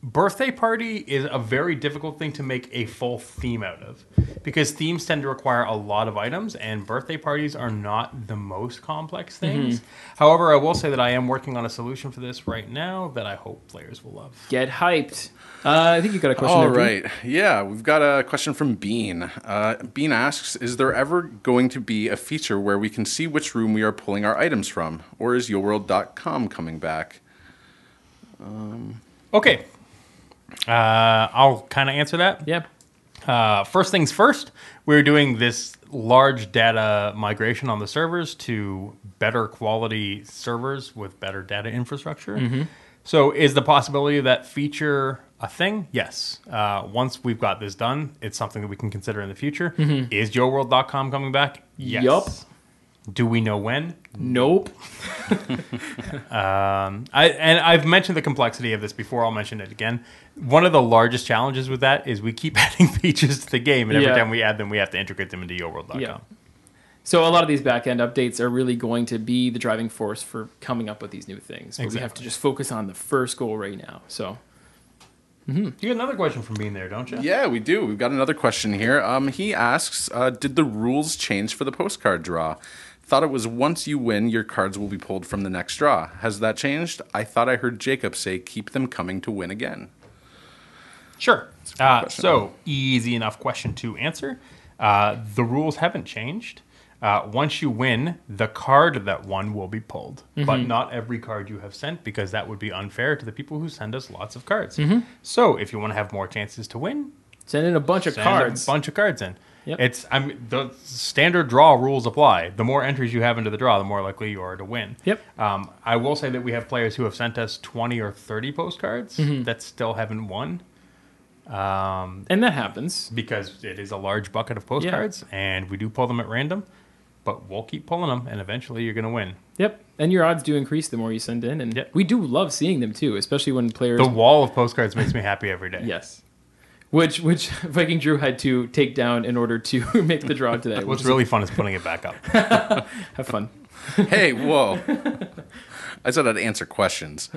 Birthday party is a very difficult thing to make a full theme out of because themes tend to require a lot of items, and birthday parties are not the most complex things. However, I will say that I am working on a solution for this right now that I hope players will love. Get hyped! Uh, I think you got a question. All there, Pete. right. Yeah, we've got a question from Bean. Uh, Bean asks Is there ever going to be a feature where we can see which room we are pulling our items from? Or is yourworld.com coming back? Okay, uh, I'll kind of answer that. Yeah. Uh, first things first, we're doing this large data migration on the servers to better quality servers with better data infrastructure. Mm-hmm. So, is the possibility of that feature a thing? Yes. Uh, once we've got this done, it's something that we can consider in the future. Is yourworld.com coming back? Yes. Mm-hmm. Yup. Do we know when? Nope. Mm-hmm. I, and I've mentioned the complexity of this before. I'll mention it again. One of the largest challenges with that is we keep adding features to the game, and every Yeah. time we add them, we have to integrate them into yourworld.com. Yeah. So a lot of these back end updates are really going to be the driving force for coming up with these new things. But we have to Exactly. just focus on the first goal right now. So You get another question from being there, don't you? Yeah, we do. We've got another question here. Um, he asks, uh, did the rules change for the postcard draw? Thought it was once you win, your cards will be pulled from the next draw. Has that changed? I thought I heard Jacob say, keep them coming to win again. Sure. Uh, question. so easy enough question to answer. Uh, the rules haven't changed. Uh, once you win, the card that won will be pulled, but not every card you have sent because that would be unfair to the people who send us lots of cards. So if you want to have more chances to win, Send in a bunch of send cards. a bunch of cards in. Yep. It's I'm the standard draw rules apply. The more entries you have into the draw, the more likely you are to win. Yep. Um, I will say that we have players who have sent us 20 or 30 postcards Mm-hmm. that still haven't won and that happens. because it is a large bucket of postcards and we do pull them at random, but we'll keep pulling them and eventually you're going to win. Yep. And your odds do increase the more you send in. And Yep. we do love seeing them too, especially when players. The wall of postcards makes me happy every day. yes. Which which Viking Drew had to take down in order to make the draw today. What's which really fun is putting it back up. is- have fun. hey, whoa. I said I'd answer questions.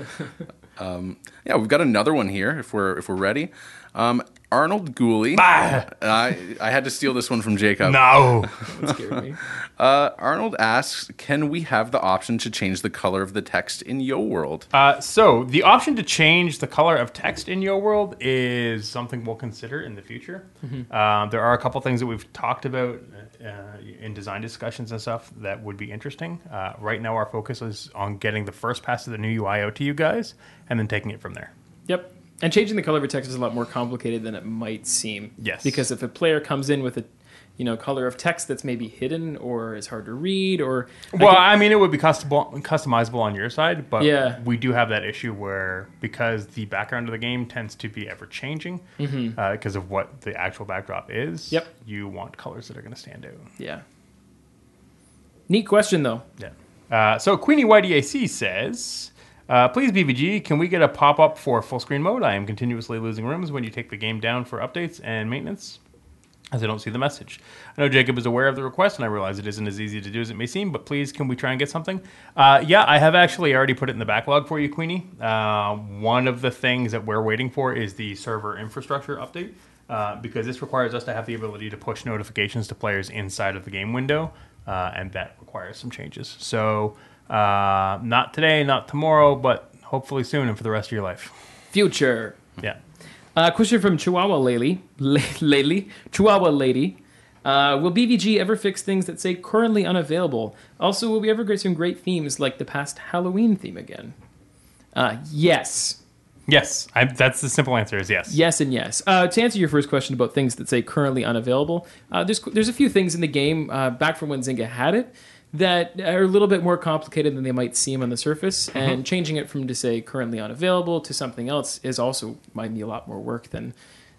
Um, yeah, we've got another one here if we're if we're ready. Um, Arnold Gooley. Bah! I, I had to steal this one from Jacob. Ah! No. That scared me. Uh, Arnold asks, can we have the option to change the color of the text in Yo World? Uh, so the option to change the color of text in your world is something we'll consider in the future. Mm-hmm. Um, there are a couple things that we've talked about uh, in design discussions and stuff that would be interesting. Uh, right now, our focus is on getting the first pass of the new UI out to you guys and then taking it from there. Yep. And changing the color of a text is a lot more complicated than it might seem. Yes. Because if a player comes in with a you know color of text that's maybe hidden or is hard to read or Well, I mean, it would be customable, customizable on your side, but Yeah. we do have that issue where because the background of the game tends to be ever changing because of what the actual backdrop is. Mm-hmm. Yep. you want colors that are going to stand out. yeah. Neat question though. Yeah. Uh, so Queenie YDAC says, uh, please BVG, can we get a pop up for full screen mode? I am continuously losing rooms when you take the game down for updates and maintenance. As I don't see the message. I know Jacob is aware of the request, and I realize it isn't as easy to do as it may seem, but please, can we try and get something? Uh, yeah, I have actually already put it in the backlog for you, Queenie. Uh, one of the things that we're waiting for is the server infrastructure update, uh, because this requires us to have the ability to push notifications to players inside of the game window, uh, and that requires some changes. So, uh, not today, not tomorrow, but hopefully soon and for the rest of your life. Future. Yeah. Uh, question from Chihuahua Lady. Lady. Chihuahua Lady. Uh, will BVG ever fix things that say currently unavailable? Also, will we ever get some great themes like the past Halloween theme again? Uh, yes. Yes, I, that's the simple answer is yes. Yes and yes. Uh, to answer your first question about things that say currently unavailable, uh, there's there's a few things in the game uh, back from when Zynga had it that are a little bit more complicated than they might seem on the surface, and changing it from to say currently unavailable to something else is also might be a lot more work than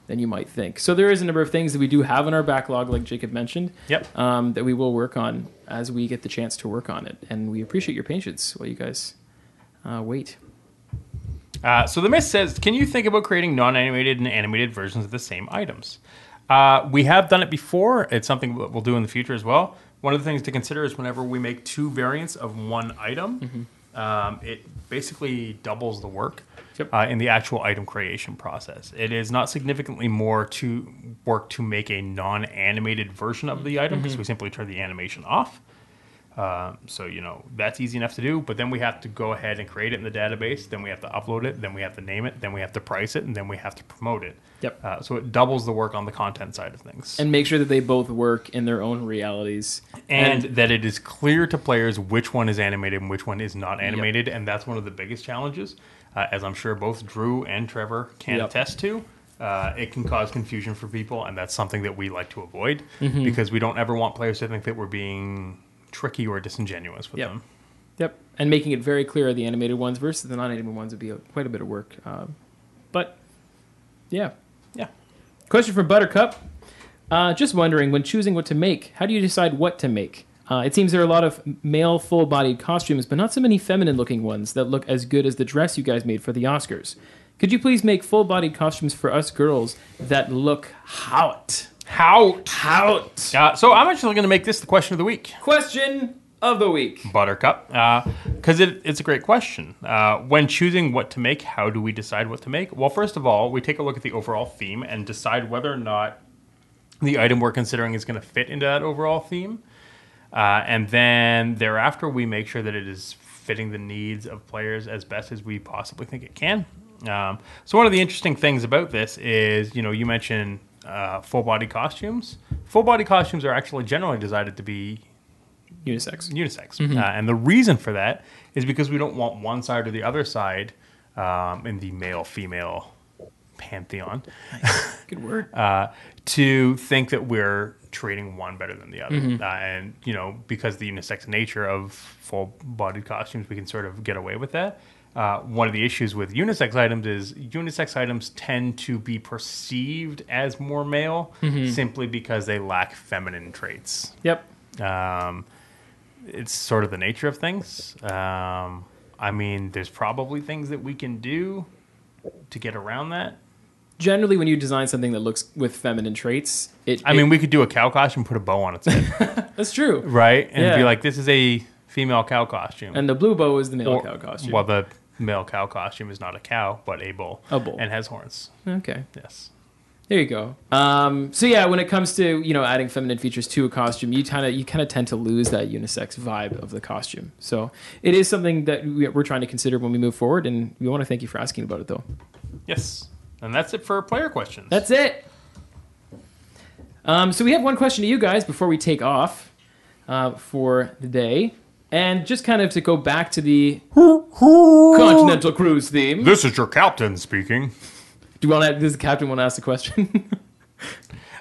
than you might think. So there is a number of things that we do have in our backlog, like Jacob mentioned, Yep. um, that we will work on as we get the chance to work on it, and we appreciate your patience while you guys uh, wait. Uh, so the miss says, can you think about creating non-animated and animated versions of the same items? Uh, we have done it before. It's something that we'll do in the future as well. One of the things to consider is whenever we make two variants of one item, um, it basically doubles the work Yep. uh, in the actual item creation process. It is not significantly more to work to make a non-animated version of the item because we simply turn the animation off. Um, so you know that's easy enough to do. But then we have to go ahead and create it in the database. Then we have to upload it. Then we have to name it. Then we have to price it, and then we have to promote it. Yep. Uh, so it doubles the work on the content side of things, and, and make sure that they both work in their own realities. that it is clear to players which one is animated and which one is not animated. And that's one of the biggest challenges, uh, as I'm sure both Drew and Trevor can Yep. attest to. Uh, it can cause confusion for people, and that's something that we like to avoid Mm-hmm. because we don't ever want players to think that we're being tricky or disingenuous with Yep. them. yep, and making it very clear the animated ones versus the non-animated ones would be a, quite a bit of work. Um, but yeah, Yeah. question from Buttercup. Uh, just wondering, when choosing what to make, how do you decide what to make? Uh, it seems there are a lot of male full-bodied costumes, but not so many feminine-looking ones that look as good as the dress you guys made for the Oscars. Could you please make full-bodied costumes for us girls that look hot? How Hot. Uh, so I'm actually going to make this the question of the week. Question of the week. Buttercup, because it, it's a great question. Uh, when choosing what to make, how do we decide what to make? Well, first of all, we take a look at the overall theme and decide whether or not the item we're considering is going to fit into that overall theme. Uh, and then thereafter, we make sure that it is fitting the needs of players as best as we possibly think it can. Um, so one of the interesting things about this is, you know, you mentioned uh, full body costumes. Full body costumes are actually generally decided to be Unisex. unisex. Uh, and the reason for that is because we don't want one side or the other side um, in the male female pantheon Good word. uh, to think that we're treating one better than the other. Uh, and, you know, because of the unisex nature of full bodied costumes, we can sort of get away with that. Uh, one of the issues with unisex items is unisex items tend to be perceived as more male simply because they lack feminine traits Yep. um, it's sort of the nature of things. Um, I mean, there's probably things that we can do to get around that. Generally, when you design something that looks with feminine traits, it. I it- mean, we could do a cow costume and put a bow on its head, that's true. right? And be Yeah. like, this is a female cow costume. And the blue bow is the male Or- cow costume. Well, the male cow costume is not a cow, but a bull. A bull. And has horns. okay. Yes. There you go. Um, so yeah, when it comes to you know adding feminine features to a costume, you kind of you kind of tend to lose that unisex vibe of the costume. So it is something that we- we're trying to consider when we move forward, and we want to thank you for asking about it though. Yes. And that's it for player questions. That's it. Um, so we have one question to you guys before we take off uh, for the day, and just kind of to go back to the continental cruise theme. this is your captain speaking. Do you want to? Does the captain want to ask the question?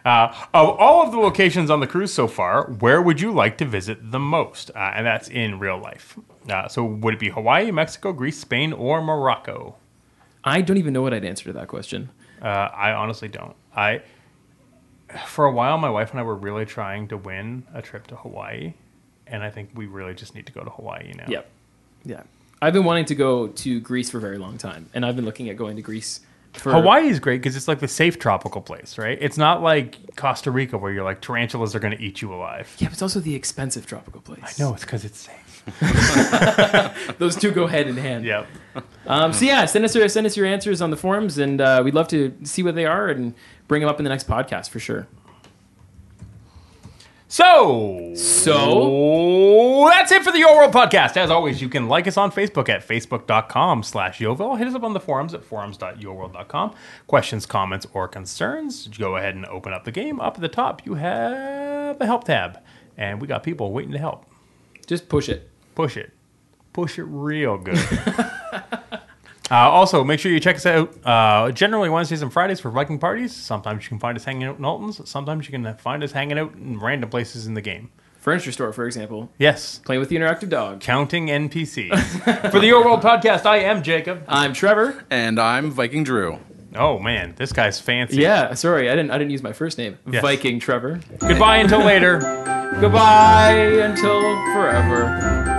Uh, of all of the locations on the cruise so far, where would you like to visit the most? Uh, and that's in real life. Uh, so would it be Hawaii, Mexico, Greece, Spain, or Morocco? I don't even know what I'd answer to that question. Uh, I honestly don't. I for a while, my wife and I were really trying to win a trip to Hawaii, and I think we really just need to go to Hawaii now. Yep. Yeah. I've been wanting to go to Greece for a very long time, and I've been looking at going to Greece for Hawaii is great because it's like the safe tropical place, right? It's not like Costa Rica where you're like tarantulas are going to eat you alive. Yeah, but it's also the expensive tropical place. No, it's because it's safe. Those two go hand in hand. Yep. Um, so yeah, send us your send us your answers on the forums, and uh, we'd love to see what they are and bring them up in the next podcast for sure. So, So? that's it for the Your World podcast. As always, you can like us on Facebook at facebook.com slash Yoville. Hit us up on the forums at forums.yourworld.com. Questions, comments, or concerns, go ahead and open up the game. Up at the top, you have the help tab, and we got people waiting to help. Just push it. Push it. Push it real good. Uh, also, make sure you check us out uh, generally Wednesdays and Fridays for Viking parties. Sometimes you can find us hanging out in Alton's. Sometimes you can find us hanging out in random places in the game. Furniture store, for example, Yes, playing with the interactive dog. counting NPCs. For the Your World podcast, I am Jacob. I'm Trevor. And I'm Viking Drew. Oh man, this guy's fancy. Yeah, sorry, I didn't I didn't use my first name. Yes. Viking Trevor. Goodbye until later. Goodbye until forever.